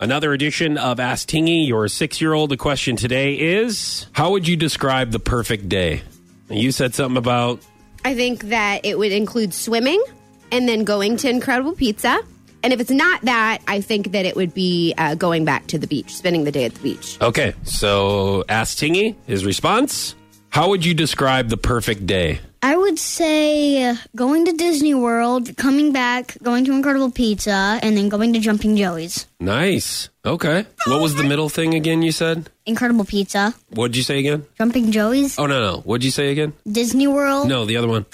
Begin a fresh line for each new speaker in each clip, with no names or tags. Another edition of Ask Tingy, your six year old. The question today is
How would you describe the perfect day?
you said something about
I think that it would include swimming and then going to Incredible Pizza. And if it's not that, I think that it would be uh, going back to the beach, spending the day at the beach.
Okay, so ask Tingy his response.
How would you describe the perfect day?
I would say uh, going to Disney World, coming back, going to Incredible Pizza, and then going to Jumping Joey's.
Nice. Okay. What was the middle thing again you said?
Incredible Pizza,
What'd you say again?
Jumping Joey's,
Oh no no. What'd you say again?
Disney World,
No, the other one.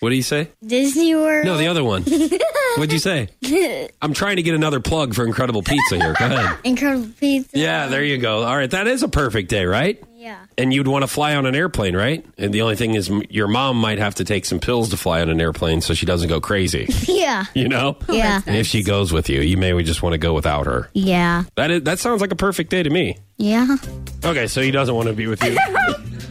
What do you say?
Disney World.
No, the other one. What'd you say? I'm trying to get another plug for Incredible Pizza here. Go ahead.
Incredible Pizza.
Yeah, there you go. All right, that is a perfect day, right?
Yeah.
And you'd want to fly on an airplane, right? And the only thing is, m- your mom might have to take some pills to fly on an airplane so she doesn't go crazy.
Yeah.
You know?
Yeah.
And if she goes with you, you may just want to go without her.
Yeah.
That is, that sounds like a perfect day to me.
Yeah.
Okay, so he doesn't want to be with you.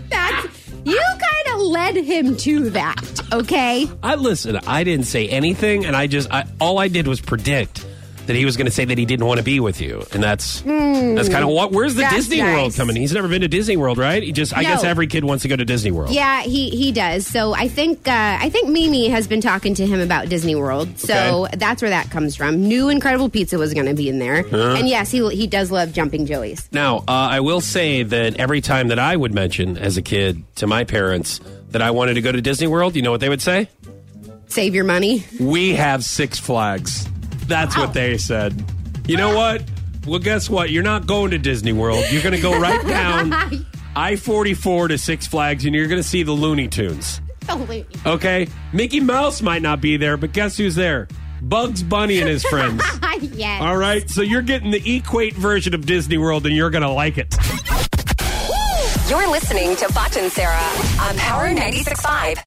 That's, you kind of led him to that, okay?
I listen. I didn't say anything, and I just I, all I did was predict that he was going to say that he didn't want to be with you, and that's that's kind of what. Where's the
Hmm. that's
Disney World
nice.
coming? He's never been to Disney World, right? He just I
No.
guess every kid wants to go to Disney World.
Yeah, he he does. So I think uh, I think Mimi has been talking to him about Disney World. So that's where that comes from. New Incredible Pizza was going to be in there, and yes, he he does love Jumping Joey's.
Now, uh, I will say that every time that I would mention as a kid to my parents that I wanted to go to Disney World, you know what they would say?
Save your money.
We have Six Flags.
That's what they said. You know what? Well, guess what? You're not going to Disney World. You're going to go right down I 44 to Six Flags and you're going to see the Looney Tunes.
Holy-
Okay? Mickey Mouse might not be there, but guess who's there? Bugs Bunny and his friends.
yes.
All right? So you're getting the equate version of Disney World and you're going to like it.
You're listening to Foch and Sarah on Power 96.5.